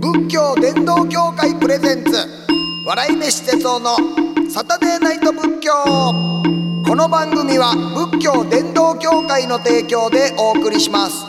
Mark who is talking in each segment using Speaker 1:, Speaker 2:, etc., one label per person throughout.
Speaker 1: 道伝道協会プレゼンツ笑い飯哲夫のサタデーナイト仏教この番組は仏教伝道協会の提供でお送りします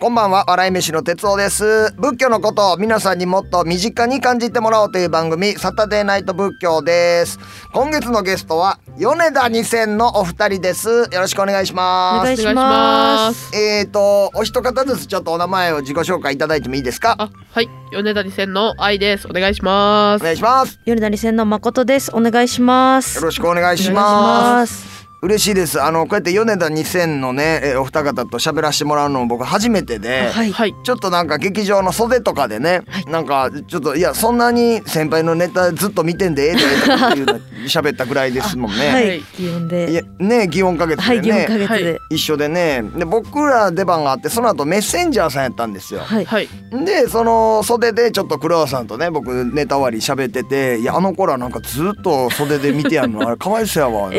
Speaker 1: こんばんは笑い飯の哲夫です仏教のことを皆さんにもっと身近に感じてもらおうという番組サタデーナイト仏教です今月のゲストは米田二千のお二人ですよろしくお願いし
Speaker 2: お
Speaker 1: ます
Speaker 2: 願いします。
Speaker 1: えーとお一方ずつちょっとお名前を自己紹介いただいてもいいですか
Speaker 2: あ、はい、米谷千の愛です。お願いしま
Speaker 1: お
Speaker 2: す。
Speaker 1: 願いします
Speaker 3: 夜なりせんの誠です。お願いします。
Speaker 1: よろ
Speaker 3: し
Speaker 1: し
Speaker 3: く
Speaker 1: くお願いし
Speaker 2: お
Speaker 1: ます
Speaker 2: 願
Speaker 3: す。
Speaker 1: 嬉しいですあのこうやって米田2000のねえーお二方と喋らせてもらうのも僕初めてで、
Speaker 3: はい。
Speaker 2: はい、
Speaker 1: ちょっとなんか劇場の袖とかでね、
Speaker 3: はい
Speaker 1: なんかちょっといやそんなに先輩のネタずっと見てんでええでええとかっていうの喋ったぐらいですもんね。、
Speaker 3: はいい。擬音で。
Speaker 1: やね祇園か月
Speaker 3: はい。
Speaker 1: で
Speaker 3: 擬
Speaker 1: ね、
Speaker 3: 音か月で。
Speaker 1: 一緒でねで僕ら出番があってその後メッセンジャーさんやったんですよ。
Speaker 3: はい。
Speaker 2: はい、
Speaker 1: でその袖でちょっと黒川さんとね僕ネタ終わり喋ってて「いやあの頃はなんかずっと袖で見てやん のあれかわいそうやわ」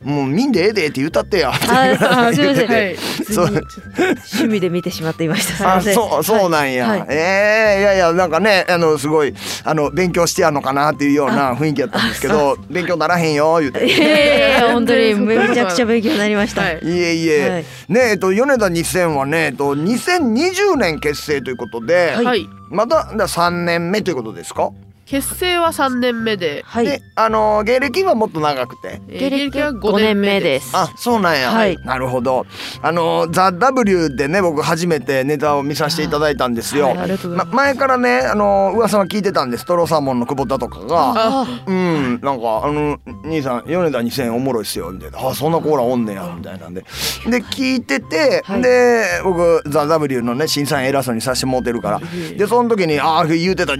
Speaker 1: もう見んでええで」って言ったってや」って
Speaker 3: あそうすいません
Speaker 2: はい、
Speaker 1: そう
Speaker 3: 趣味で見てしまっていました。す い
Speaker 1: あ
Speaker 3: ません。
Speaker 1: そうそうなんや、
Speaker 3: はいはい
Speaker 1: ええいやいやなんかねあのすごいあの勉強してやんのかなっていうような雰囲気やったんですけど「勉強ならへんよ」言う て。
Speaker 3: いやいや本当に
Speaker 2: 全然そんなことない
Speaker 3: めちゃくちゃ勉強になりました。
Speaker 2: は
Speaker 3: はいい。
Speaker 1: いえいえ、
Speaker 3: はい
Speaker 1: ねえっと米田2000はねえっと2020年結成ということで、
Speaker 2: はいはい、
Speaker 1: まただ3年目ということですか、
Speaker 2: 結成は三年目で、
Speaker 1: であの芸歴はもっと長くて
Speaker 2: えー
Speaker 3: 芸歴は五年目で。す。
Speaker 1: あそうなんや、
Speaker 3: はい
Speaker 1: なるほどあの「ザ・ w でね僕初めてネタを見させていただいたんですよ、
Speaker 2: はいありがとうございます
Speaker 1: ま前からねあの噂は聞いてたんですトロサーモンの久保田とかが
Speaker 2: あ、
Speaker 1: うん、なんか「あの兄さん米田2000おもろいっすよ」みたいな「あそんなコーラおんねや」みたいなんでで聞いてて、
Speaker 3: はい
Speaker 1: で僕「ザ・ w のね審査員偉そうにさせてもうてるからでその時に「ああ言うてたあ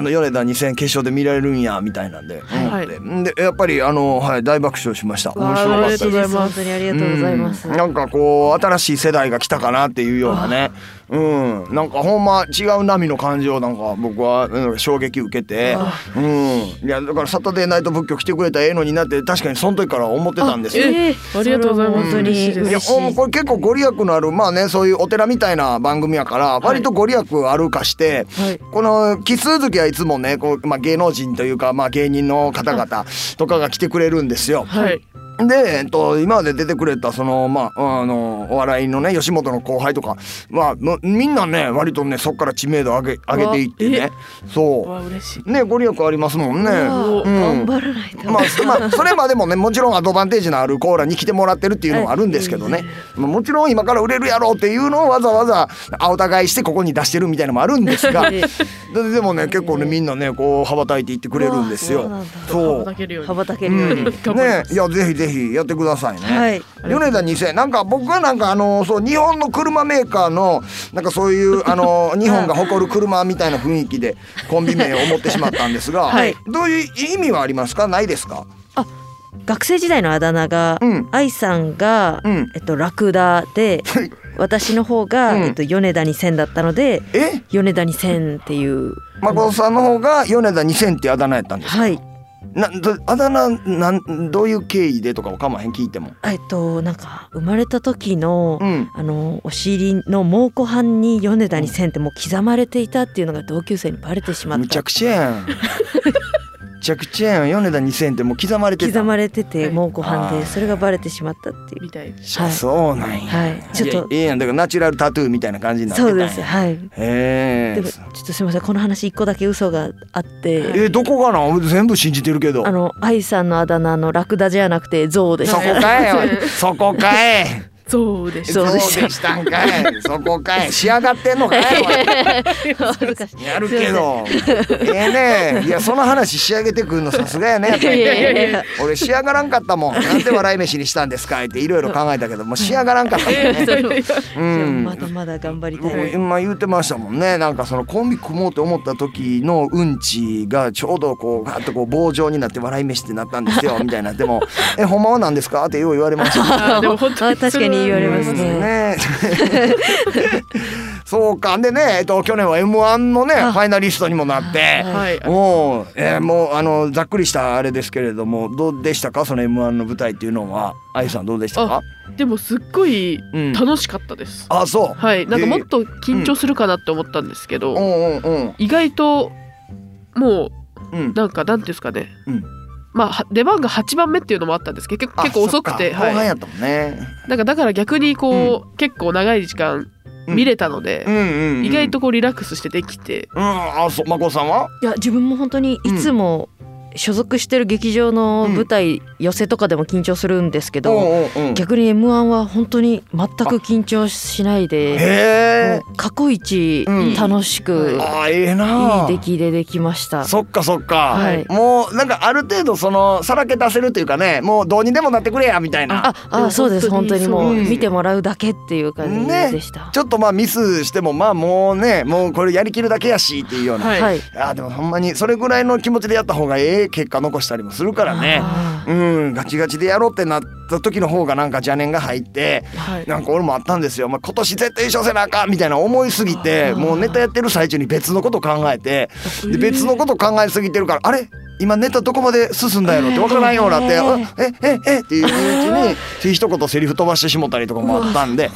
Speaker 1: の米田2000決勝で見られるんや」みたいなんで、
Speaker 2: はい
Speaker 1: 思ってでやっぱりあの、はい、大爆笑しました面白かったで
Speaker 2: ありが
Speaker 1: す
Speaker 2: とうございます
Speaker 3: 本当にありがとうございます。
Speaker 1: うんなんかこう新しい世代が来たかなっていうようなね、うん、なんかほんま違う波の感じをなんか僕はうん衝撃受けて、うん、いやだからサタデーナイト仏教来てくれたらええのになって確かにその時から思ってたんですよ。
Speaker 2: えありがとうございます
Speaker 3: それは本当に
Speaker 2: 嬉しいです
Speaker 1: いや
Speaker 3: 嬉し
Speaker 1: ほんまこれ結構ご利益のあるまあねそういうお寺みたいな番組やから割とご利益あるかして、
Speaker 3: はい
Speaker 1: この奇数月はいつもねこう、まあ、芸能人というか、まあ、芸人の方々とかが来てくれるんですよ。
Speaker 2: はい、
Speaker 1: で、えっと、今まで出てくれたその、まあ、あのお笑いのね吉本の後輩とか、まあ、もみんなね割とねそっから知名度上げ上げていってねそ
Speaker 2: わ、嬉しい。
Speaker 1: うねご利益ありますもんね。
Speaker 2: わ
Speaker 1: うん
Speaker 3: 頑張らないと。
Speaker 1: まあ、そまあそれまでもねもちろんアドバンテージのあるコーラに来てもらってるっていうのもあるんですけどね、まあもちろん今から売れるやろうっていうのをわざわざお互いしてここに出してるみたいのもあるんですがででもね結構ねみんなねこう羽ばたいていってくれるんですよ。
Speaker 3: うわそ
Speaker 1: そう
Speaker 3: う
Speaker 2: 羽ばたけるように。
Speaker 3: 羽ばたけ
Speaker 1: う
Speaker 3: るようんに。
Speaker 1: ねいやぜひぜひやってくださいね。
Speaker 3: はい
Speaker 1: 米田2000なんか僕はなんかあのそう日本の車メーカーのなんかそういうあ の日本が誇る車みたいな雰囲気でコンビ名を思ってしまったんですが、
Speaker 3: はい
Speaker 1: どういう意味はありますかないですか
Speaker 3: 学生時代のあだ名が
Speaker 1: うん、
Speaker 3: 愛さんが
Speaker 1: うん、
Speaker 3: えっと、ラクダで、私の方が、
Speaker 1: うん
Speaker 3: えっと、米田2000だったので、
Speaker 1: え
Speaker 3: 米田2000っていう。
Speaker 1: 誠さんの方が米田2000っていうあだ名やったんですか、
Speaker 3: はい。
Speaker 1: などあだ名なんどういう経緯でとかわかまへん聞いても。
Speaker 3: えっと、なんか、生まれた時の、
Speaker 1: うん
Speaker 3: あの、お尻の蒙古藩に米田2000ってもう刻まれていたっていうのが同級生にバレてしまっ
Speaker 1: むち
Speaker 3: た
Speaker 1: ゃ。くちゃ やん。むちゃくちゃやん米田2000ってもう刻まれてた
Speaker 3: 刻まれてて
Speaker 2: はい
Speaker 3: 蒙古藩
Speaker 1: あー
Speaker 3: でそれがバレてしまったっていう
Speaker 2: みたいな。
Speaker 1: あそうなんや。
Speaker 3: はいちょっと
Speaker 1: いやいいやんだからナチュラルタトゥーみたいな感じになってた
Speaker 3: そうん
Speaker 1: や
Speaker 3: ですはい
Speaker 1: へ
Speaker 3: で
Speaker 1: え
Speaker 3: もちょっとすみませんこの話一個だけ嘘があって、
Speaker 1: えどこかな俺全部信じてるけど
Speaker 3: あの愛さんのあだ名のラクダじゃなくて象でし
Speaker 1: そ
Speaker 3: た
Speaker 1: こかいよ そこかい
Speaker 2: そうでし
Speaker 3: そ
Speaker 2: た。
Speaker 3: うでした
Speaker 1: したんかいそこかい仕上がってんのかいおい
Speaker 3: 恥 ずかしい
Speaker 1: やるけどええねいやその話仕上げてくんのさすがやねやっぱり
Speaker 3: いやいやいや
Speaker 1: 俺仕上がらんかったもんなんで笑い飯にしたんですかいっていろいろ考えたけどもう仕上がらんかったもん ねう
Speaker 3: じゃあ
Speaker 1: ん
Speaker 3: まだまだ頑張りた
Speaker 1: 僕
Speaker 3: い
Speaker 1: 今言ってましたもんねなんかそのコンビ組もうと思った時のうんちがちょうどこうガーッとこう棒状にな って笑い飯ってなったんですよみたいなでも「えほんまは何ですか?」ってよう言われました
Speaker 2: あでも本当
Speaker 3: あ確かにに 言われますね。
Speaker 1: ね。 そうかでね、えっと、去年は M1 のねフ
Speaker 3: あ
Speaker 1: ァイナリストにもなって
Speaker 3: は
Speaker 2: はい。
Speaker 1: もう、えーもうあのざっくりしたあれですけれどもどうでしたかその M1 の舞台っていうのは愛さんどうでしたか
Speaker 2: でもすっごい
Speaker 1: うん、
Speaker 2: 楽しかったです。
Speaker 1: あそう、
Speaker 2: はい。なんかもっと緊張するかなって思ったんですけど、
Speaker 1: うんうん
Speaker 2: 意外とも
Speaker 1: うんうん
Speaker 2: うなんかなんていうんですかね。
Speaker 1: うん
Speaker 2: まあは出番が8番目っていうのもあったんですけど結構
Speaker 1: あ
Speaker 2: 結構遅くて
Speaker 1: そっか後
Speaker 2: は
Speaker 1: 半
Speaker 2: い
Speaker 1: やったもんね、
Speaker 2: なんかだから逆にこう、結構長い時間見れたので、
Speaker 1: うんうんうん
Speaker 2: 意外とこうリラックスしてできて、
Speaker 1: うんあそうまこさんはい
Speaker 3: や自分も本当にいつも所属してる劇場の舞台、寄せとかでも緊張するんですけど、
Speaker 1: うんうんうん
Speaker 3: 逆に M1 は本当に全く緊張しないで、
Speaker 1: へえ
Speaker 3: もう過去一
Speaker 1: うん
Speaker 3: 楽しく、
Speaker 1: あーええない
Speaker 3: い出来でできました。
Speaker 1: そっかそっか、
Speaker 3: はい
Speaker 1: もうなんかある程度そのさらけ出せるというかねもうどうにでもなってくれやみたいな
Speaker 3: あ、あ、そうです。本
Speaker 2: 本
Speaker 3: 当
Speaker 2: 当
Speaker 3: に
Speaker 2: に
Speaker 3: もう
Speaker 1: そう
Speaker 3: 見てもらうだけっていう感じでした。
Speaker 1: ちょっとまあミスしてもまあもうねもうこれやりきるだけやしっていうような、
Speaker 2: はい、
Speaker 3: はい。
Speaker 1: あーでもほんまにそれぐらいの気持ちでやった方がええ結果残したりもするからね
Speaker 3: あー
Speaker 1: うんガチガチでやろうってなった時の方がなんか邪念が入って
Speaker 2: はい
Speaker 1: なんか俺もあったんですよ、まあ、今年絶対優勝せなあかんみたいな思いすぎて
Speaker 3: あー
Speaker 1: もうネタやってる最中に別のこと考えて
Speaker 2: え
Speaker 1: で
Speaker 2: ー
Speaker 1: 別のこと考えすぎてるからあれ今ネタどこまで進んだやろって分からんようになって
Speaker 3: え
Speaker 1: 「ええええっていううちにっていう一言セリフ飛ばしてしもたりとかもあったんで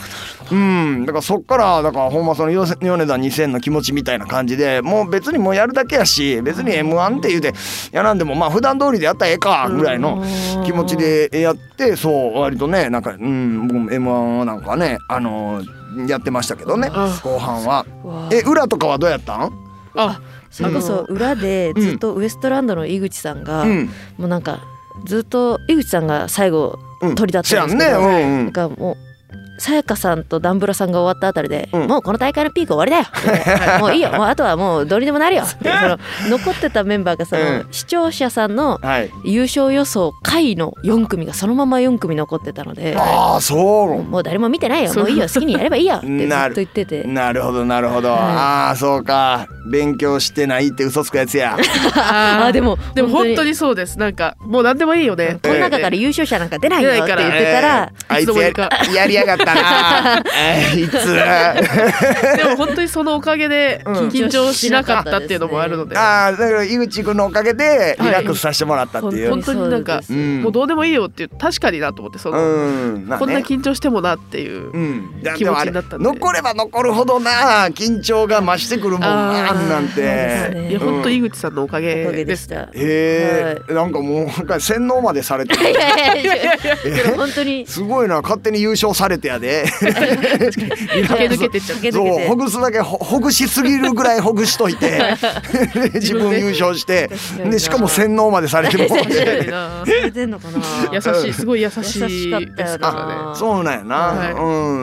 Speaker 1: うんだからそっからだからほんまそのよせ米田2000の気持ちみたいな感じでもう別にもうやるだけやし別に m 1って言うてやらんでもまあ普段通りでやったらええかぐらいの。気持ち。でやってそう割とねなんかうん僕も m 1なんかねあのーやってましたけどね
Speaker 2: あ
Speaker 1: 後半は
Speaker 3: わー
Speaker 1: え裏とかはどうやったん
Speaker 2: あ
Speaker 3: それこそ裏でずっとウエストランドの井口さんが、
Speaker 1: う
Speaker 3: も
Speaker 1: ん
Speaker 3: うなんかずっと井口さんが最後
Speaker 1: うん
Speaker 3: 鳥だっ
Speaker 1: せ
Speaker 3: た
Speaker 1: や
Speaker 3: ん
Speaker 1: ん
Speaker 3: で
Speaker 1: ね
Speaker 3: すけど、
Speaker 1: うんうん
Speaker 3: なんかもうさやかさんとダンブラさんが終わったあたりで、
Speaker 1: うん
Speaker 3: もうこの大会のピーク終わりだよみたい なもういいよもうあとはもうどうにでもなるよってその残ってたメンバーがその、
Speaker 1: う
Speaker 3: 視聴者さんの
Speaker 1: はい
Speaker 3: 優勝予想下位の4組がそのまま4組残ってたので
Speaker 1: ああそ
Speaker 3: もう誰も見てないよ
Speaker 2: そう
Speaker 3: もういいよ好きにやればいいよってずっ
Speaker 1: な
Speaker 3: と
Speaker 1: る
Speaker 3: 言って
Speaker 1: う
Speaker 3: て
Speaker 1: なるほどなるほど、
Speaker 3: はい
Speaker 1: ああそうか勉強してないって嘘つくやつや
Speaker 2: あ
Speaker 3: あ
Speaker 2: ー
Speaker 3: でも
Speaker 2: でも本当にそうですなんかもう何でもいいよね
Speaker 3: この中から優勝者なんか出ないよって言ってたら
Speaker 1: えーあいつや
Speaker 2: いつの間
Speaker 1: りやりやがったなあいつ
Speaker 2: でも本当にそのおかげで
Speaker 1: うん
Speaker 2: 緊張しなかったっていうのもあるので、
Speaker 1: ああだから井口君のおかげでリラックスさせてもらったっていう、
Speaker 2: はい本当になんか
Speaker 3: そうです
Speaker 1: ん
Speaker 2: もうどうでもいいよっていう確かになと思ってその、
Speaker 1: うんまあね
Speaker 2: こんな緊張してもなっていう、
Speaker 1: うん、いや
Speaker 2: 気持ちになったんで
Speaker 1: もあれ残れば残るほどな緊張が増してくるもんな
Speaker 2: あー
Speaker 1: あんなん
Speaker 3: そうです
Speaker 1: て。
Speaker 3: ね
Speaker 2: いや
Speaker 1: うん
Speaker 2: 本当井口さんのおか
Speaker 3: おか
Speaker 2: げ
Speaker 3: げ
Speaker 2: で。
Speaker 3: ですした。
Speaker 1: へえ、なんかもうなんか洗脳までされて
Speaker 3: い
Speaker 1: る。
Speaker 3: やいやいやけど本当に
Speaker 1: すごいな勝手に優勝されてやで駆
Speaker 2: 駆け抜けてっちゃっ
Speaker 3: 駆け
Speaker 1: そ
Speaker 3: 抜
Speaker 1: う
Speaker 3: け
Speaker 1: ほぐすだけほほぐしすぎるぐらいほぐしといて で自分優勝して
Speaker 3: 確かにな
Speaker 1: でしかも洗脳までされてるもん
Speaker 2: て
Speaker 1: で
Speaker 2: るな
Speaker 3: て出んのかな。
Speaker 2: 優しいすごい優し
Speaker 3: 優しかっ
Speaker 2: い
Speaker 3: た
Speaker 2: で
Speaker 3: よ
Speaker 2: す
Speaker 3: な
Speaker 2: からね。
Speaker 1: そうなんやな、
Speaker 2: はい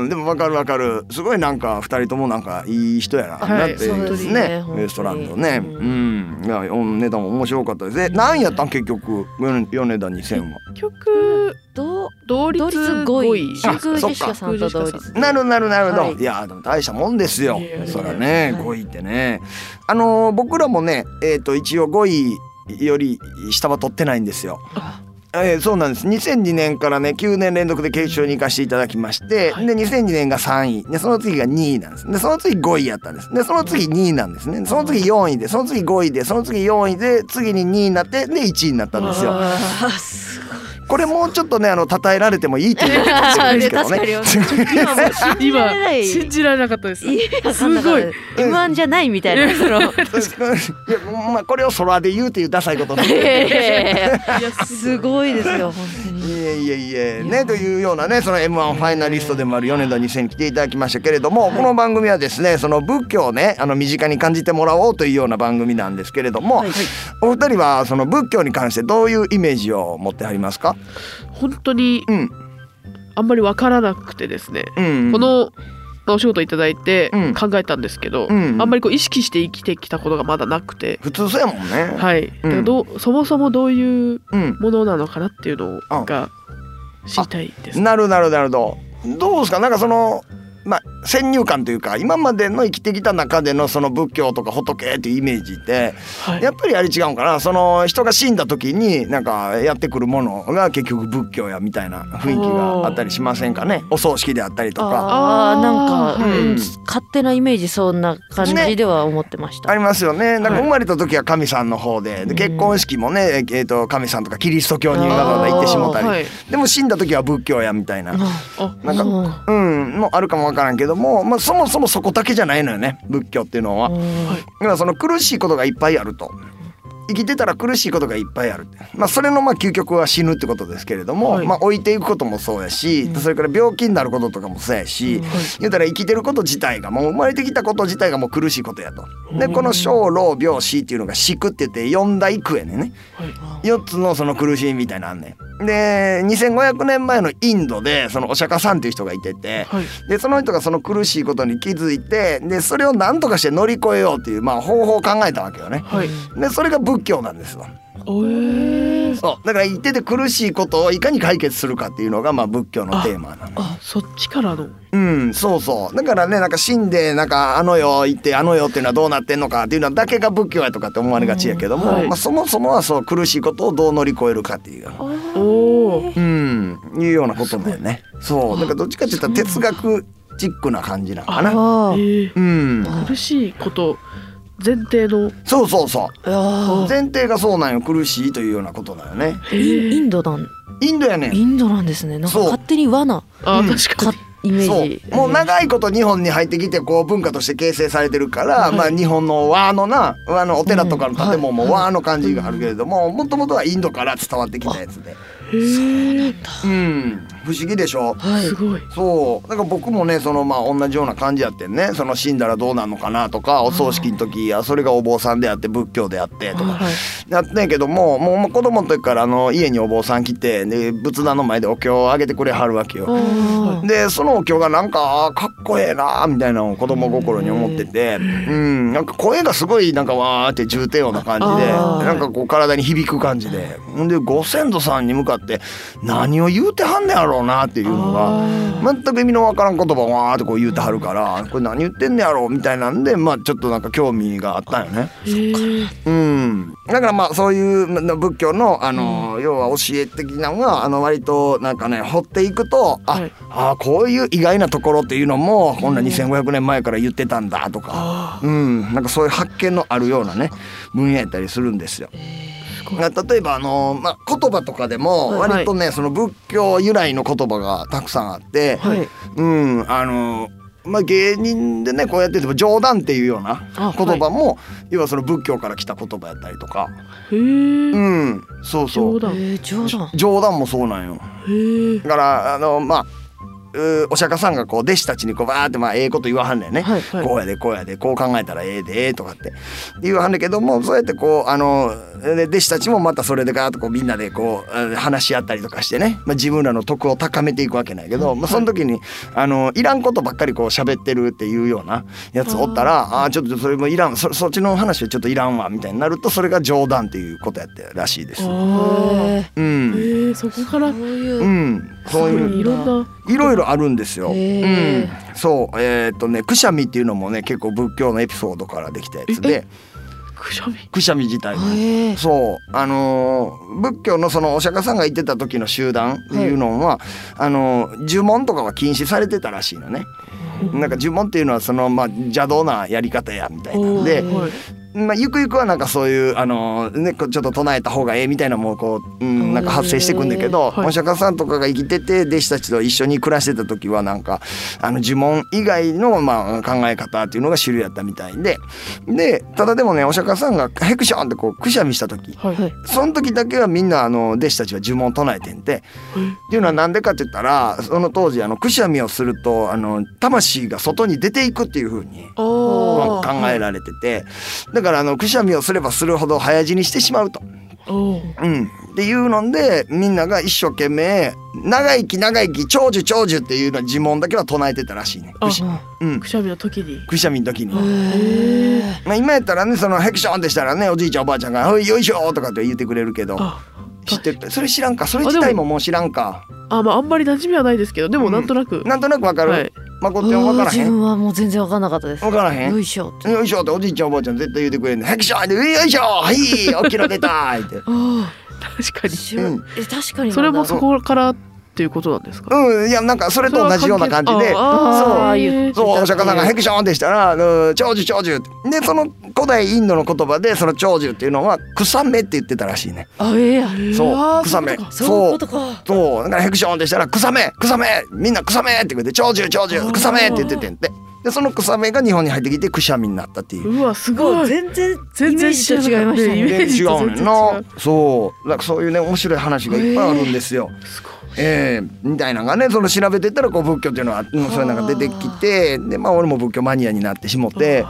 Speaker 1: うんでもわかるわかるすごいなんか二人ともなんかいい人やな、
Speaker 2: はい
Speaker 1: だって
Speaker 2: そうです
Speaker 3: ね
Speaker 1: ね
Speaker 3: 本当に
Speaker 1: ウエストランドね
Speaker 3: う
Speaker 1: うん、いやネタも面白かったですで何やったん結局米米田2000は
Speaker 2: 結局
Speaker 3: どう
Speaker 2: 同率
Speaker 3: 同率
Speaker 2: 5
Speaker 3: 5
Speaker 2: 位
Speaker 3: 位。真空ジェシカさんと同
Speaker 2: あそっ
Speaker 3: 率。
Speaker 1: なるなるなるほど、
Speaker 3: はい
Speaker 1: い、やでも大したもんですよ
Speaker 2: いやいや
Speaker 1: そらね
Speaker 3: はい
Speaker 1: 5位ってねあのー僕らもねえっ、と一応5位より下は取ってないんですよ
Speaker 2: あ
Speaker 1: えーそうなんです2002年からね9年連続で決勝に行かせていただきまして、
Speaker 2: はい
Speaker 1: で2002年が3位でその次が2位なんですでその次5位やったんですでその次2位なんですねその次4位でその次5位でその次4位で次に2位になってで1位になったんですよ。
Speaker 3: あーす
Speaker 1: これもうちょっとねあの称えられてもいいということなんですけど
Speaker 3: いや確
Speaker 1: ね。
Speaker 3: 今もう信じら
Speaker 2: 今
Speaker 3: れない。
Speaker 2: 信じられなかったです。
Speaker 3: 意味わかんなかった
Speaker 2: す
Speaker 3: M1 じゃない みたいなその。
Speaker 1: いやまあこれを空で言うというダサいことなん
Speaker 3: い
Speaker 1: で
Speaker 3: やいやいや
Speaker 2: いや
Speaker 3: すごいですよ本当
Speaker 1: い
Speaker 3: に。
Speaker 1: えいえいえねというようなねその m 1ファイナリストでもある米田2000に来ていただきましたけれども、この番組はですねその仏教をねあの身近に感じてもらおうというような番組なんですけれども、お二人はその仏教に関してどういうイメージを持ってはりますか、
Speaker 2: 本当に
Speaker 1: うん
Speaker 2: あんまりわからなくてですね。
Speaker 1: うん、
Speaker 2: このお仕事いただいて
Speaker 1: うん
Speaker 2: 考えたんですけど、
Speaker 1: うん
Speaker 2: あんまりこう意識して生きてきたことがまだなくて、
Speaker 1: 普通そうやもんね、
Speaker 2: はい。だからどうそもそもどういう
Speaker 1: うん、
Speaker 2: ものなのかなっていうのが知りたいです。
Speaker 1: なるなるなるほどどうですかなんかそのまあ先入観というか今までの生きてきた中でのその仏教とか仏っていうイメージって
Speaker 2: は い
Speaker 1: やっぱりあれ違うんかなその人が死んだ時になんかやってくるものが結局仏教やみたいな雰囲気があったりしませんかねお葬式であったりとか。
Speaker 3: あーなんか、
Speaker 2: あ
Speaker 1: ー
Speaker 3: うん
Speaker 1: うん
Speaker 3: 勝手なイメージそんな感じでは思ってました、
Speaker 1: ありますよね。なんか
Speaker 2: はい
Speaker 1: 生まれた時は神さんの方で、で結婚式もね、えっと神さんとかキリスト教にわざわざ行ってしもたり、
Speaker 2: はい
Speaker 1: でも死んだ時は仏教やみたいな。
Speaker 2: あ
Speaker 1: なんか
Speaker 3: うん
Speaker 1: うん、のあるかもわからんけども、まあ、そもそもそこだけじゃないのよね仏教っていうのは。
Speaker 3: うん
Speaker 1: 今その苦しいことがいっぱいあると生きてたら苦しいことがいっぱいある、まあ、それのまあ究極は死ぬってことですけれども、
Speaker 2: はい
Speaker 1: まあ、置いていくこともそうやし、
Speaker 3: うん
Speaker 1: それから病気になることとかもそうやし、
Speaker 3: うん
Speaker 1: 言うたら生きてること自体がもう生まれてきたこと自体がもう苦しいことやと。でこの生老病死っていうのが死苦って言って四大苦やねんね。4つのその苦しみみたいなのあんねん。で2500年前のインドでそのお釈迦さんっていう人がいてて、
Speaker 2: はい
Speaker 1: でその人がその苦しいことに気づいてでそれを何とかして乗り越えようっていう、まあ、方法を考えたわけよね。
Speaker 2: はい
Speaker 1: でそれが仏教なんですよ
Speaker 2: おえー
Speaker 1: そうだから言ってて苦しいことをいかに解決するかっていうのがまあ仏教のテーマなの。
Speaker 2: あそっちからの
Speaker 1: うんそうそうだからねなんか死んでなんかあの世行ってあの世っていうのはどうなってんのかっていうのだけが仏教やとかって思われがちやけども、
Speaker 2: うんはい
Speaker 1: まあ、そもそもはそう苦しいことをどう乗り越えるかっていう。
Speaker 2: おー
Speaker 1: うん、いうようなことだよね。そう、だからどっちかって言ったら哲学チックな感じなのかな。
Speaker 3: あー
Speaker 2: えー
Speaker 1: うん、
Speaker 2: 苦しいこと前提の
Speaker 1: そうそうそう。
Speaker 3: あ
Speaker 1: 前提がそうなんよ、苦しいというようなことだよね。
Speaker 3: ーインインドなん
Speaker 1: インドやねん。
Speaker 3: インドなんですねなんか
Speaker 1: そう
Speaker 3: 勝手に罠
Speaker 2: あ
Speaker 1: うん
Speaker 2: 確か
Speaker 3: か
Speaker 2: に
Speaker 3: イメ
Speaker 1: そ
Speaker 3: ージ
Speaker 1: う、もう長いこと日本に入ってきて、こう文化として形成されてるから、
Speaker 2: はい
Speaker 1: まあ日本の和のな、和のお寺とかの建物
Speaker 3: う
Speaker 1: も
Speaker 3: んはい
Speaker 1: 和の感じがあるけれども、もともとはインドから伝わってきたやつで。
Speaker 2: へー
Speaker 1: うん、不思議でしょ。
Speaker 3: はい
Speaker 2: すごい
Speaker 1: そうだから僕もねそのまあ同じような感じやってんねその死んだらどうなんのかなとかお葬式の時あそれがお坊さんであって仏教であってとか
Speaker 2: はい
Speaker 1: やってんやけどももうもう子供の時からあの家にお坊さん来てで仏壇の前でお経をあげてくれはるわけよ。
Speaker 3: あー
Speaker 1: でそのお経がなんかあーかっこええなーみたいなのを子供心に思っててうんなんか声がすごいなんかわーって重低音な感じで
Speaker 3: あー
Speaker 1: なんかこう体に響く感じでほんでご先祖さんに向かって何を言うてはんねやろうなっていうのが。
Speaker 2: あ
Speaker 1: 全く意味のわからん言葉をわーってこう言うてはるからこれ何言ってんねやろみたいなんでまあちょっとなんか興味があったんよね。
Speaker 2: ーへー
Speaker 1: うん、だからまあそういうまあ仏教の、あの要は教え的なのがあの割となんかね掘っていくとあ、
Speaker 2: はい
Speaker 1: あーこういう意外なところっていうのもこんな2500年前から言ってたんだとか。
Speaker 2: あ
Speaker 1: うん、なんかそういう発見のあるようなね分野やったりするんですよ。な例えばあの、まあ、言葉とかでも
Speaker 2: はい
Speaker 1: 割とね、その仏教由来の言葉がたくさんあって、
Speaker 2: はい
Speaker 1: うんあのまあ芸人でねこうやってても冗談っていうような
Speaker 2: あ
Speaker 1: 言葉も、要はその仏教から来た言葉やったりとか、
Speaker 2: へー
Speaker 1: うん、そうそ
Speaker 2: 冗
Speaker 1: う
Speaker 3: え
Speaker 2: 談へ
Speaker 3: ー冗談
Speaker 1: 冗談もそうなんよ。
Speaker 2: ー
Speaker 1: だからあのまあうーお釈迦さんがこう弟子たちにこうバーってまあええこと言わはんねんね、
Speaker 3: はい
Speaker 2: はい
Speaker 1: こうやでこうやでこう考えたらええでとかって言わはんねんけどもそうやってこうあので弟子たちもまたそれでガーッとこうみんなでこうあ話し合ったりとかしてね、まあ、自分らの徳を高めていくわけなんやけど、まあ、その時にあのいらんことばっかりこう喋ってるっていうようなやつおったらああーちょっとそれもいらんそそっちの話はちょっといらんわみたいになるとそれが冗談っていうことやってらしいです。
Speaker 2: あ
Speaker 3: へ
Speaker 1: う
Speaker 2: ー
Speaker 1: ん、、
Speaker 2: へーそこから
Speaker 3: ーそういううん
Speaker 1: そういう
Speaker 2: いろんない
Speaker 1: ろいろあるんですよ。う
Speaker 3: へー
Speaker 1: ん、そう、えーっとね、くしゃみっていうのもね、結構仏教のエピソードからできたやつで、
Speaker 2: くしゃみ
Speaker 1: くしゃみ自体も。
Speaker 3: へー
Speaker 1: そう、あのー仏教のそのお釈迦さんが言ってた時の集団っていうのは、あのー呪文とかは禁止されてたらしいのね。なんか呪文っていうのはそのまあ邪道なやり方やみたいなんで、
Speaker 2: おーはい
Speaker 1: まあ、ゆくゆくはなんかそういう、あのね、こうちょっと唱えた方がええみたいなのもこう、うん、なんか発生してくんだけど、
Speaker 2: はい
Speaker 1: お釈迦さんとかが生きてて弟子たちと一緒に暮らしてた時はなんかあの呪文以外の、まあ、考え方っていうのが主流やったみたいででただでもねお釈迦さんがヘクションってこうくしゃみした時
Speaker 2: はい
Speaker 3: はい
Speaker 1: その時だけはみんなあの弟子たちは呪文を唱えてんでっていうのはなんでかって言ったらその当時あのくしゃみをするとあの魂が外に出ていくっていう風に考
Speaker 2: おー
Speaker 1: えられてて、だからあのくしゃみをすればするほど早死にしてしまうと、
Speaker 2: おー
Speaker 1: うん、っていうのでみんなが一生懸命長生き長生き長寿長寿っていうのは呪文だけは唱えてたらしいね、
Speaker 2: あ
Speaker 1: うん
Speaker 2: く、しゃみの時に
Speaker 1: くしゃみの時に。
Speaker 3: へー
Speaker 1: まあ、今やったらねそのヘクションってしたらねおじいちゃんおばあちゃんが「おいよいしょ!」とかって言ってくれるけど
Speaker 2: あ
Speaker 1: 知ってるそれ知らんかそれ自体ももう知らんか
Speaker 2: あまああんまり馴染みはないですけどでもなんとなく
Speaker 1: なんとなくわかる、
Speaker 2: はい
Speaker 1: まこ
Speaker 3: う
Speaker 1: っちゃん分
Speaker 3: ー
Speaker 1: か
Speaker 3: ん
Speaker 1: らへ
Speaker 3: 自
Speaker 1: ん
Speaker 3: 分はもう全然わからなかったです
Speaker 1: 分からへん
Speaker 3: よいしょって
Speaker 1: よいしょっておじいちゃんおばあちゃん絶対言うてくれんねん「百姓でよいしょはいおっきな出た!」って
Speaker 3: あ
Speaker 2: 確か
Speaker 3: あ
Speaker 2: に
Speaker 3: 知ら
Speaker 1: うんん
Speaker 3: え確かに
Speaker 2: それも
Speaker 3: そ
Speaker 2: そこからっていうことなんですか
Speaker 1: うんいやなんかそれと同じような感じで
Speaker 3: あー言って
Speaker 1: そう大阪さんが「ヘク
Speaker 2: シ
Speaker 1: ション」でしたら「うん長寿長寿」ってでその古代インドの言葉でその長寿っていうのは「草芽」って言ってたらしいね
Speaker 3: あええや
Speaker 1: そう草芽
Speaker 3: そうい
Speaker 1: そう
Speaker 3: うことか
Speaker 1: そうだからヘクションでしたら「草芽草芽みんな草芽」って言って「長寿長寿
Speaker 3: あー
Speaker 1: 草芽」って言っててんてでその草芽が日本に入ってきてくしゃみになったっていう。
Speaker 2: うわす
Speaker 3: も
Speaker 2: ご
Speaker 3: う
Speaker 2: い
Speaker 3: 全然
Speaker 2: 全
Speaker 3: イメー
Speaker 2: 然
Speaker 3: ジ
Speaker 2: 知
Speaker 3: と
Speaker 2: らなかった
Speaker 3: 違いました
Speaker 2: イメ
Speaker 3: ね
Speaker 2: ージ
Speaker 1: 全
Speaker 2: と
Speaker 1: 然違うねん
Speaker 2: 全然違
Speaker 1: な
Speaker 2: う
Speaker 1: そうだからそういうね面白い話がいっぱいあるんですよ。
Speaker 2: すごい
Speaker 1: ええみたいなのがねその調べてったらこう仏教っていうのは、うん、そういうのが出てきてでまあ俺も仏教マニアになってしもって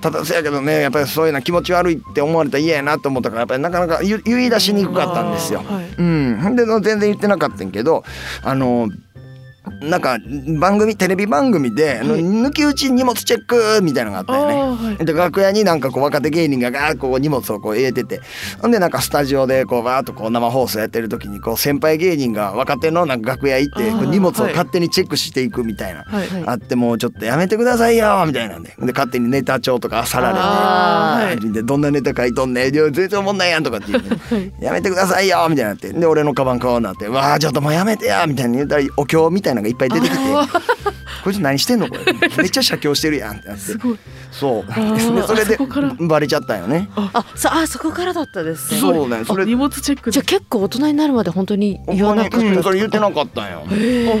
Speaker 1: ただせやけどねやっぱりそういうのは気持ち悪いって思われたら嫌やなと思ったからやっぱりなかなか言言い出しにくかったんですよ。
Speaker 2: あーはい
Speaker 1: うん、ほんで全然言ってなかったんやけどあのなんか番組テレビ番組で、あの
Speaker 2: はい
Speaker 1: 抜き打ち荷物チェックみたいなのがあったよね。
Speaker 2: あーはい
Speaker 1: で楽屋になんかこう若手芸人がガーッこう荷物をこう入れててほんでなんかスタジオでこうバーッとこう生放送やってる時にこう先輩芸人が若手のなんか楽屋行って
Speaker 2: あー
Speaker 1: こう荷物を
Speaker 2: はい
Speaker 1: 勝手にチェックしていくみたいな、
Speaker 2: はい
Speaker 3: はい
Speaker 1: あってもうちょっとやめてくださいよみたいなんでで勝手にネタ帳とか漁られて
Speaker 2: あーはい
Speaker 1: でどんなネタ書いとんねんいや全然おもんないやんとかって言って
Speaker 2: はい
Speaker 1: やめてくださいよみたいになってで俺のカバン買おうなってわあちょっともうやめてやみたいに言ったらお経みたいなのがいっぱい出てきてこいつ何してんのこれめっちゃ写経してるやんってなって
Speaker 2: すごい
Speaker 1: そう
Speaker 2: ー
Speaker 1: でそれで
Speaker 2: あそこから
Speaker 1: バレちゃったよね
Speaker 3: あそあそこからだったですね
Speaker 2: すごい
Speaker 1: そうねそれ
Speaker 2: あ荷物チェック
Speaker 3: じゃ
Speaker 2: で
Speaker 3: あ結構大人になるまで本当に言わなかっ
Speaker 1: ほんまにう
Speaker 3: た
Speaker 1: んそれ言ってなかったんよ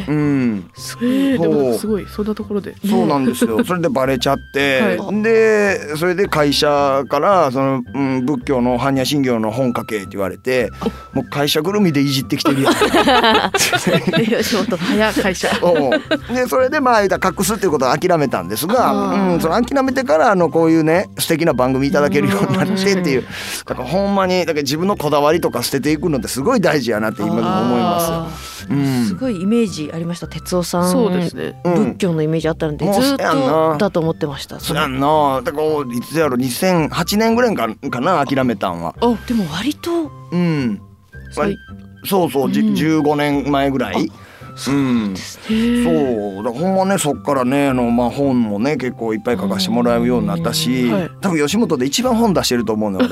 Speaker 1: うん
Speaker 3: すごい
Speaker 2: えー、でもなんかす
Speaker 1: そ
Speaker 2: ごいそんなところで
Speaker 1: そうなんですよそれでバレちゃ って、
Speaker 2: は
Speaker 1: でそれで会社からその、うん、仏教の般若心経の本書けって言われ てもう会社ぐるみでいじってきてるやん
Speaker 3: 吉本
Speaker 2: 早い会社
Speaker 1: おうでそれでまあ言うたら隠すっていうことは諦めたんですが、
Speaker 3: あー
Speaker 1: うん、その諦めてからあのこういうね素敵な番組いただけるようになってっていうだからほんまにだから自分のこだわりとか捨てていくのってすごい大事やなって今でも思います。
Speaker 3: す
Speaker 1: うん
Speaker 3: すごいイメージありました哲夫さん
Speaker 2: そうですね
Speaker 1: うん
Speaker 3: 仏教のイメージあったので
Speaker 1: もう
Speaker 3: ずっと
Speaker 1: そうやんな
Speaker 3: だと思ってました
Speaker 1: そやんなだからこういつやろ2008年ぐらいかかな諦めたんは。
Speaker 2: あ
Speaker 3: でも割と
Speaker 1: うん、
Speaker 2: 最
Speaker 1: そうそう、じ
Speaker 3: うん
Speaker 1: 15年前ぐらい。うん、
Speaker 2: そう
Speaker 1: そうだからほんまねそっからねあの、まあ、本もね結構いっぱい書かしてもらうようになったし、
Speaker 2: はい
Speaker 1: 多分吉本で一番本出してると思うのよ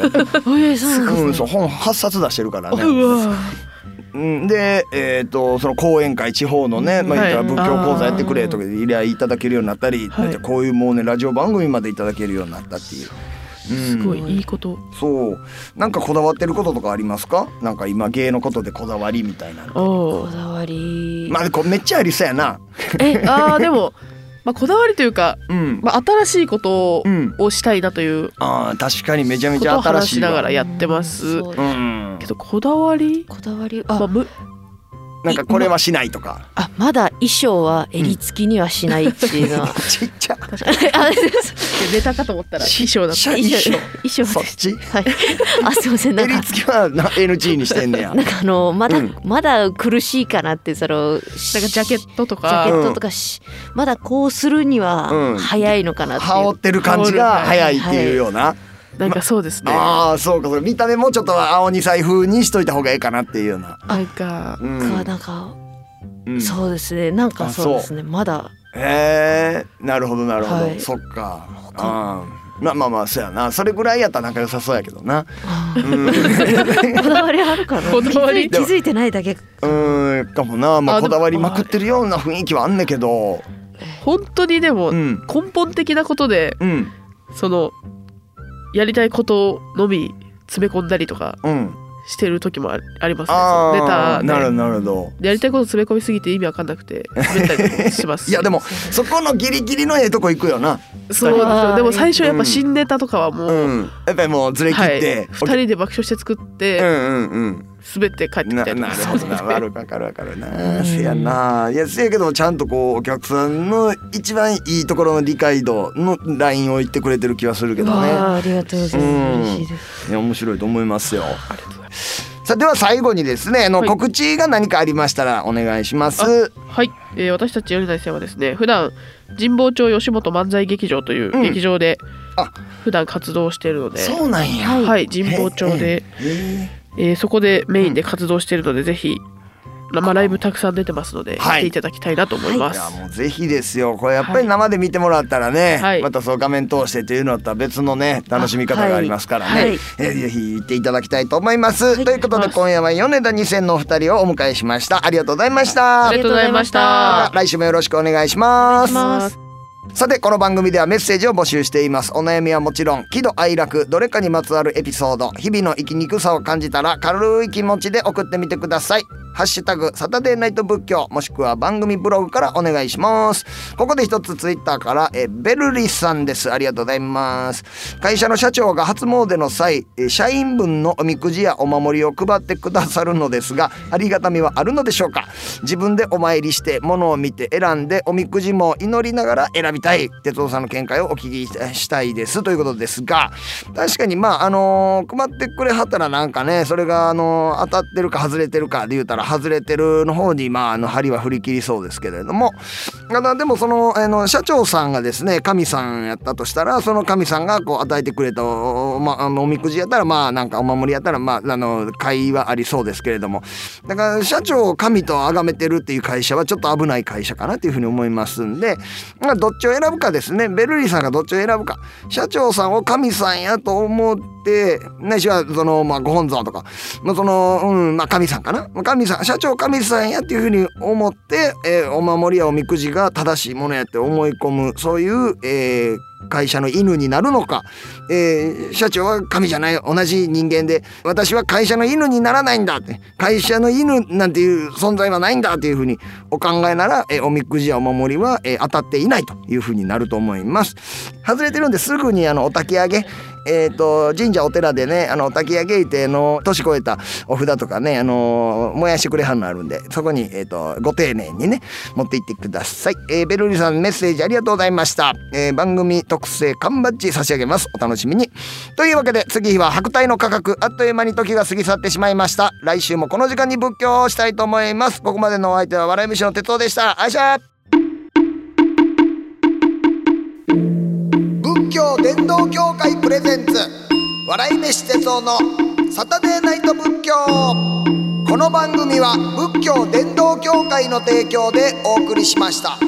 Speaker 1: 俺。
Speaker 3: ええそうなん
Speaker 1: う
Speaker 3: で
Speaker 1: ん、
Speaker 3: す
Speaker 1: そう
Speaker 3: ね
Speaker 1: 本8冊出してるからね。
Speaker 2: うわ
Speaker 1: うん、で、えー、とその講演会地方のね、まあ、
Speaker 2: はい
Speaker 1: 言ったら仏教講座やってくれとかで依頼いただけるようになったり、
Speaker 2: はい
Speaker 1: なんかこういうもうねラジオ番組までいただけるようになったっていう。
Speaker 2: すご
Speaker 1: うん、
Speaker 2: いいいこと
Speaker 1: そうなんかこだわってることとかありますかなんか今芸のことでこだわりみたいなの
Speaker 2: お
Speaker 3: こだわり
Speaker 1: まあこうめっちゃありそうやな
Speaker 2: えあーでも、まあ、こだわりというか、
Speaker 1: うん、
Speaker 2: まあ、新しいことを,、
Speaker 1: うん、
Speaker 2: したいなという
Speaker 1: あー確かにめちゃめ
Speaker 2: こ
Speaker 1: ち
Speaker 2: と
Speaker 1: ゃ
Speaker 2: を
Speaker 1: 新
Speaker 2: 話
Speaker 1: し
Speaker 2: し
Speaker 1: い
Speaker 2: なが
Speaker 1: わ
Speaker 2: らやってます
Speaker 3: そう
Speaker 1: うん
Speaker 2: けどこだわり
Speaker 3: こだわり
Speaker 2: まあ
Speaker 3: あ
Speaker 2: む
Speaker 1: なんかこれはしないとか
Speaker 3: あまだ衣装は襟付きにはしないっていうのは
Speaker 1: ちっちゃ
Speaker 3: あ衣
Speaker 2: ネタかと思ったら
Speaker 1: ち
Speaker 2: 衣装だっ
Speaker 1: ちゃい
Speaker 3: 装
Speaker 1: 衣
Speaker 3: 衣装
Speaker 1: 装そっ
Speaker 3: です
Speaker 1: ち
Speaker 3: はいあすいませんなん
Speaker 1: 襟
Speaker 3: か
Speaker 1: 付きはな NG にしてんねや
Speaker 3: なんかあのまだ、
Speaker 1: うん
Speaker 3: まだ苦しいかなってそのなんかジ
Speaker 2: たなんかジャケットと
Speaker 3: ジャケ
Speaker 2: か
Speaker 3: ットとかし、まだこうするに
Speaker 1: うん
Speaker 3: は早いのかなっていう、
Speaker 1: 羽織ってる感じが早いっていうような、
Speaker 2: なんかそうですね
Speaker 1: ああそうかそれ見た目もちょっと青二歳風にしといた方がいいかなっていうような、
Speaker 2: なんか
Speaker 1: うん
Speaker 3: かなんか、
Speaker 1: うん
Speaker 3: そうですねなん
Speaker 1: あ
Speaker 3: か
Speaker 1: そう
Speaker 3: そうですね まだ
Speaker 1: へえなるほどなるほど、
Speaker 3: はい
Speaker 1: そっかあーまあまあまあそうやなそれぐらいやったら仲良さそうやけどな
Speaker 3: あ
Speaker 1: う
Speaker 3: ー
Speaker 1: ん
Speaker 3: こだわりあるかな
Speaker 2: こだわり
Speaker 3: 気づい気づいてないだけ
Speaker 1: うんかもな、まあ、
Speaker 2: あ
Speaker 1: こ
Speaker 2: でも
Speaker 1: だわりまくってるような雰囲気はあんねんけど
Speaker 2: 本当にでも
Speaker 1: うん
Speaker 2: 根本的なことで
Speaker 1: うん
Speaker 2: そのやりたいことのみ詰め込んだりとか
Speaker 1: うん
Speaker 2: してる時もあありますね
Speaker 1: あ
Speaker 2: そのネ
Speaker 1: あなるほ
Speaker 2: タ
Speaker 1: ど
Speaker 2: で
Speaker 1: なるほど
Speaker 2: でやりたいこと詰め込みすぎて意味わかんなくて滑ったりとかします し
Speaker 1: いやでもそこのギリギリのええとこ行くよな
Speaker 2: そうなんです
Speaker 3: あー
Speaker 2: よでも最初やっぱ新ネタとかはもう、
Speaker 1: うんやっぱりもうずれ切
Speaker 2: はい、
Speaker 1: って、
Speaker 2: 2人で爆笑して作って、
Speaker 1: うんうんうん
Speaker 2: 滑って帰ってき
Speaker 1: な
Speaker 2: た
Speaker 1: な
Speaker 2: り
Speaker 1: る
Speaker 2: とか
Speaker 1: ほどなわかるわかるわかるなせやないやせやけどちゃんとこうお客さんの一番いいところの理解度のラインを言ってくれてる気はするけ
Speaker 3: う
Speaker 1: どね
Speaker 3: わーありがとうございます、
Speaker 1: うん
Speaker 3: 嬉しいです
Speaker 1: いや面白いと思いますよ
Speaker 2: ありがとうございます
Speaker 1: さあでは最後にですねあの
Speaker 2: はい
Speaker 1: 告知が何かありましたらお願いします、
Speaker 2: はい、えー私たち米内さんはですね普段神保町吉本漫才劇場という
Speaker 1: うん
Speaker 2: 劇場で
Speaker 1: あ
Speaker 2: 普段活動しているので、
Speaker 1: そうなんや、
Speaker 2: はい、神保町で、
Speaker 1: へえ
Speaker 2: えーそこでメインで活動しているので、ぜひまあライブたくさん出てますので、
Speaker 1: はい
Speaker 2: 来ていただきたいなと思いま
Speaker 1: い
Speaker 2: す。
Speaker 1: やもうぜひですよこれやっぱり生で見てもらったらね、
Speaker 2: はい
Speaker 1: またそう画面通してというのとは別のね楽しみ方がありますからね、
Speaker 3: はいはい
Speaker 1: えーぜひ行っていただきたいと思います、ということ
Speaker 2: お願
Speaker 1: で
Speaker 2: いします
Speaker 1: 今夜は米田2000のお二人をお迎えしましたありがとうございました
Speaker 2: ありがとうございました
Speaker 1: また来週もよろしくお願いします
Speaker 3: お願いします
Speaker 1: さてこの番組ではメッセージを募集していますお悩みはもちろん喜怒哀楽どれかにまつわるエピソード日々の生きにくさを感じたら軽い気持ちで送ってみてくださいハッシュタグサタデーナイト仏教もしくは番組ブログからお願いしますここで一つツイッターからえベルリさんですありがとうございます会社の社長が初詣の際え社員分のおみくじやお守りを配ってくださるのですがありがたみはあるのでしょうか自分でお参りして物を見て選んでおみくじも祈りながら選びたい哲夫さんの見解をお聞きしたいですということですが確かにまああのー配ってくれはったらなんかねそれがあのー当たってるか外れてるかで言うたら外れてるの方にまああの針は振り切りそうですけれどもただでもそのあの社長さんがですね神さんやったとしたらその神さんがこう与えてくれたお,、まあ、あのおみくじやったらまあなんかお守りやったらまああの会はありそうですけれどもだから社長を神と崇めてるっていう会社はちょっと危ない会社かなというふうに思いますんで、まあ、どっちを選ぶかですねベルリーさんがどっちを選ぶか社長さんを神さんやと思ってないしはその、まあ、ご本尊とか、まあそのうんまあ、神さんかな神さん社長神さんやっていうふうに思って、えーお守りやおみくじが正しいものやって思い込むそういう、えー会社の犬になるのか、えー社長は神じゃない同じ人間で私は会社の犬にならないんだって会社の犬なんていう存在はないんだというふうにお考えなら、えーおみくじやお守りは、えー当たっていないというふうになると思います外れてるんですぐにあのお焚き上げえー、と神社お寺でねあのお焚き上げいてあの年越えたお札とかねあの燃やしてくれはんのあるんでそこに、えー、とご丁寧にね持って行ってください、えーベルリさんメッセージありがとうございました、えー番組特製缶バッジ差し上げますお楽しみにというわけで次は白帯の価格あっという間に時が過ぎ去ってしまいました来週もこの時間に仏教をしたいと思いますここまでのお相手は笑い飯の哲夫でしたあいしゃ仏教伝道協会プレゼンツ笑い飯哲夫のサタデーナイト仏教この番組は仏教伝道協会の提供でお送りしました。